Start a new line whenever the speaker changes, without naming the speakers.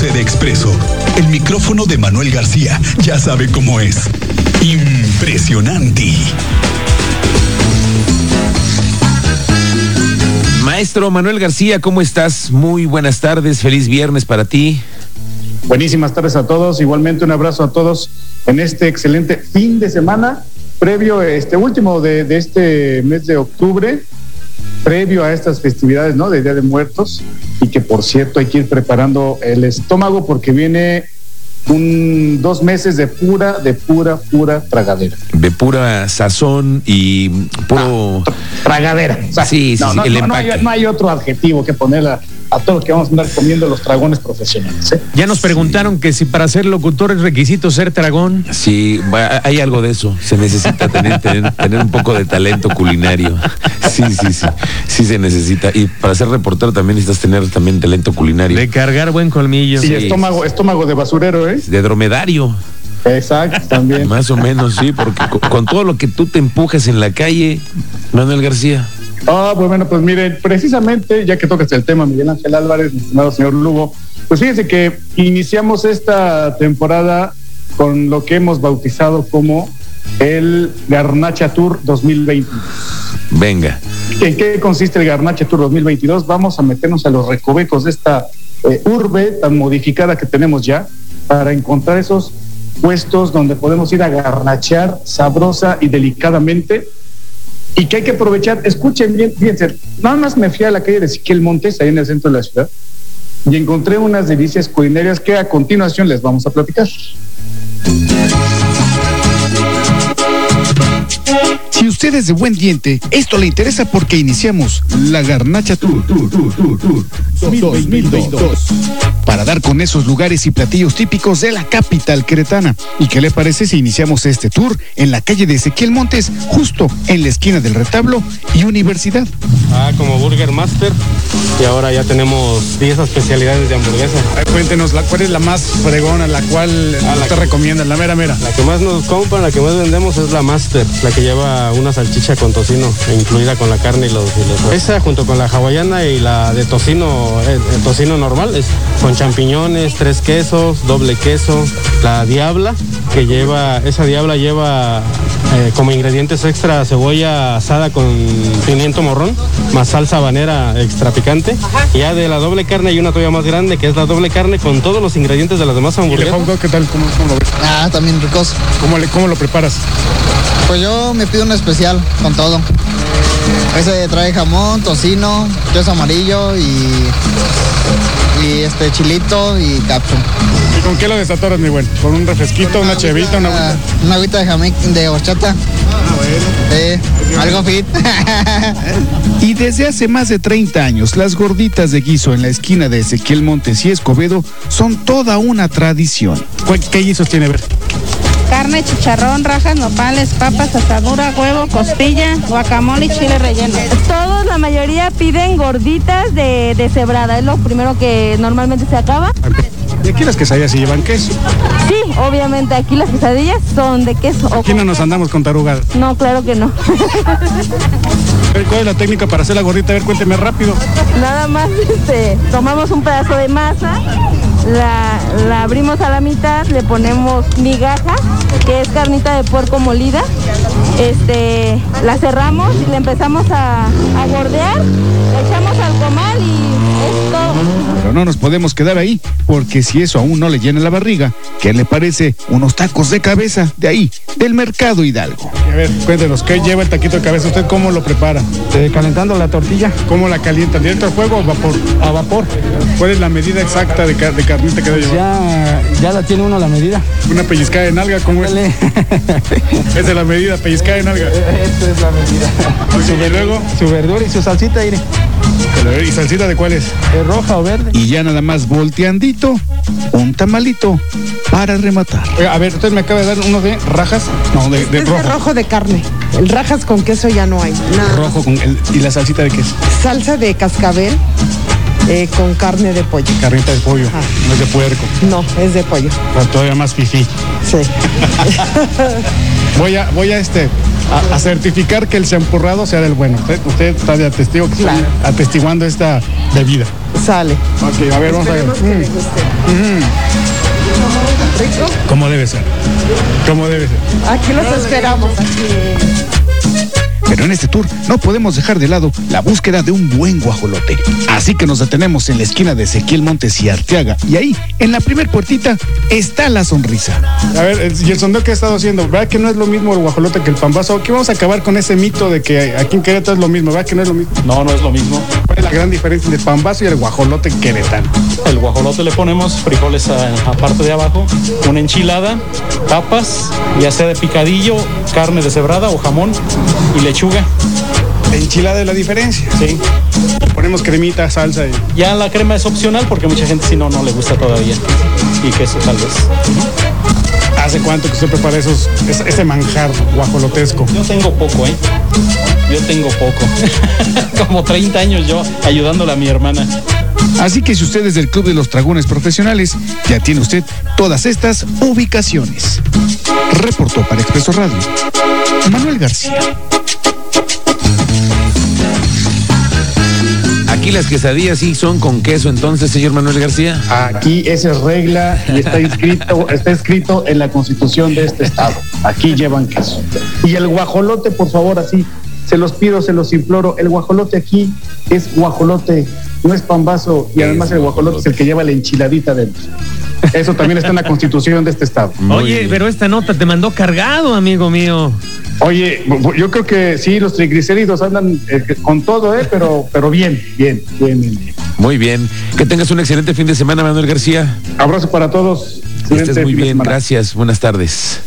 Fede Expreso. El micrófono de Manuel García ya sabe cómo es. Impresionante.
Maestro Manuel García, ¿cómo estás? Muy buenas tardes, feliz viernes para ti.
Buenísimas tardes a todos, igualmente un abrazo a todos en este excelente fin de semana, previo a este último de, de este mes de octubre, previo a estas festividades, ¿no? De Día de Muertos, y que por cierto hay que ir preparando el estómago porque viene un, dos meses de pura, de pura, pura tragadera.
De pura sazón y puro...
Ah, Tragadera. O sea,
Sí, sí,
no,
sí,
no,
el
no, no hay,
empaque.
no hay otro adjetivo que poner a, a todo lo que vamos a andar comiendo los dragones profesionales. ¿eh?
Ya nos preguntaron que si para ser locutor es requisito ser dragón.
Sí, va- hay algo de eso. Se necesita tener, tener, tener un poco de talento culinario. Sí, sí, sí. Sí se necesita. Y para ser reportero también necesitas tener también talento culinario.
De
De,
cargar buen colmillo.
Sí,
Sí,
estómago, estómago de basurero, ¿eh?
dromedario,
Exacto, también.
más o menos, sí, porque co- con, todo lo que tú te empujes en la calle, Manuel García.
Ah, pues bueno, pues miren, precisamente, ya que tocas el tema, Miguel Ángel Álvarez, mi estimado señor Lugo, pues fíjense que iniciamos esta temporada con lo que hemos bautizado como el Garnacha Tour 2020.
Venga.
¿En qué consiste el Garnacha Tour 2022? Vamos a meternos a los recovecos de esta eh, urbe tan modificada que tenemos ya para encontrar esos puestos donde podemos ir a garnachear sabrosa y delicadamente y que hay que aprovechar. Escuchen bien, fíjense, nada más me fui a la calle de Siquiel Montes, ahí en el centro de la ciudad, y encontré unas delicias culinarias que a continuación les vamos a platicar.
Si usted es de buen diente, esto le interesa porque iniciamos la Garnacha Tour, Tour, Tour, Tour, Tour 2022 para dar con esos lugares y platillos típicos de la capital queretana. ¿Y qué le parece si iniciamos este tour en la calle de Ezequiel Montes, justo en la esquina del retablo y universidad?
Ah, como Burger Master. Y ahora ya tenemos 10 especialidades de hamburguesa.
Cuéntenos, la, ¿cuál es la más fregona, la cual
la que-
recomiendan? La mera mera.
La que más nos compran, la que más vendemos es la Master, la que lleva una salchicha con tocino, e incluida con la carne y los, y los- Esa junto con la hawaiana y la de tocino, el, el tocino normal, es con champiñones, tres quesos, doble queso, la diabla, que lleva, esa diabla lleva eh, como ingredientes extra cebolla asada con pimiento morrón, más salsa habanera extra picante. Y ya de la doble carne hay una todavía más grande, que es la doble carne con todos los ingredientes de las demás hamburguesas.
¿Qué tal? ¿Cómo, cómo lo ves?
Ah, también ricos.
¿Cómo, le, ¿Cómo lo preparas?
Pues yo me pido un especial con todo. Ese trae jamón, tocino, queso amarillo y, y este chilito y capsu.
¿Y con qué lo desatoras, mi buen? ¿Con un refresquito, una chevita, una Ah,
Ah, Una agüita de jamaic- de horchata. Eh, algo fit.
Y desde hace más de 30 años, las gorditas de guiso en la esquina de Ezequiel Montes y Escobedo son toda una tradición.
¿Qué guisos tiene? A ver.
Carne, chicharrón, rajas, nopales, papas, asadura, huevo, costilla, guacamole y chile relleno.
Todos, la mayoría piden gorditas de, de cebrada, es lo primero que normalmente se acaba.
¿De aquí las quesadillas si llevan queso?
Sí, obviamente aquí las quesadillas son de queso. o
Aquí no nos andamos con tarugas.
con- No, claro que no.
A ver, ¿Cuál es la técnica para hacer la gordita? A ver, cuénteme rápido.
Nada más este, tomamos un pedazo de masa, la, la abrimos a la mitad, le ponemos migaja, que es carnita de puerco molida, este, la cerramos y la empezamos a, a gordear, le echamos al comal y esto.
Pero no nos podemos quedar ahí, porque si eso aún no le llena la barriga, ¿qué le parece? Unos tacos de cabeza de ahí, del mercado Hidalgo.
A ver, cuéntenos, ¿qué lleva el taquito de cabeza? ¿Usted cómo lo prepara?
Eh, calentando la tortilla.
¿Cómo la calientan? ¿Directo al fuego o vapor?
A vapor.
¿Cuál es la medida exacta de, car- de carnita que debe llevar?
Ya, ya la tiene uno la medida.
¿Una pellizcada de nalga? ¿Cómo es?
Dale.
Es de la medida, pellizcada de nalga.
Esta es la medida.
Y luego,
Su verdura y su salsita, mire,
¿y salsita de cuál es?
¿es roja o verde?
Y ya nada más volteandito, un tamalito para rematar.
Oiga, a ver, usted me acaba de dar uno de rajas. No, de, de
Este es de
rojo.
rojo de carne. El rajas con queso ya no hay. Nada.
Rojo con el, y la salsita de queso.
Salsa de cascabel eh, con carne de pollo.
Carnita de pollo,
Ajá.
no es de puerco.
No, es de pollo.
Pero todavía más fifí.
Sí.
Voy a, voy a este,
a, a certificar que el champurrado sea del bueno. Usted, usted está de testigo que estoy
Claro.
atestiguando esta bebida.
Sale.
Ok, a ver, vamos a ver. Mm.
Esperemos que le guste. Rico.
¿Cómo debe ser? ¿Cómo debe ser?
Aquí los esperamos.
Pero en este tour no podemos dejar de lado la búsqueda de un buen guajolote. Así que nos detenemos en la esquina de Ezequiel Montes y Arteaga. Y ahí, en la primer puertita, está la sonrisa.
A ver, el- y el sondeo que he estado haciendo, ¿verdad que no es lo mismo el guajolote que el pambazo? Aquí vamos a acabar con ese mito de que aquí en Querétaro es lo mismo, ¿verdad que no es lo mismo?
No, no es lo mismo.
¿Cuál es la gran diferencia entre el pambazo y el guajolote queretano?
El guajolote le ponemos frijoles a, a parte de abajo, una enchilada, papas, ya sea de picadillo, carne deshebrada o jamón y lechuga.
La enchilada es la diferencia.
Sí.
Ponemos cremita, salsa y...
Ya la crema es opcional porque mucha gente si no, no le gusta todavía. Y queso tal vez.
¿Hace cuánto que usted prepara esos, es- ese manjar guajolotesco?
Yo tengo poco, ¿eh? Yo tengo poco. Como 30 años yo ayudándole a mi hermana.
Así que si usted es del Club de los Dragones Profesionales, ya tiene usted todas estas ubicaciones. Reportó para Expreso Radio. Manuel García.
Aquí las quesadillas sí son con queso, entonces, señor Manuel García.
Aquí esa es regla y está escrito, está escrito en la constitución de este estado. Aquí llevan queso. Y el guajolote, por favor, así, se los pido, se los imploro. El guajolote aquí es guajolote, no es pambazo. Y además el guajolote es el que lleva la enchiladita dentro. Eso también está en la constitución de este estado.
Muy
Oye,
bien.
pero esta nota te mandó cargado, amigo mío.
Oye, bu- bu- yo creo que sí, los triglicéridos andan eh, con todo, ¿eh? Pero, pero bien, bien, bien, bien. bien.
Muy bien. Que tengas un excelente fin de semana, Manuel García.
Abrazo para todos.
Que
Excelente
estés muy
fin de
bien,
semana.
gracias. Buenas tardes.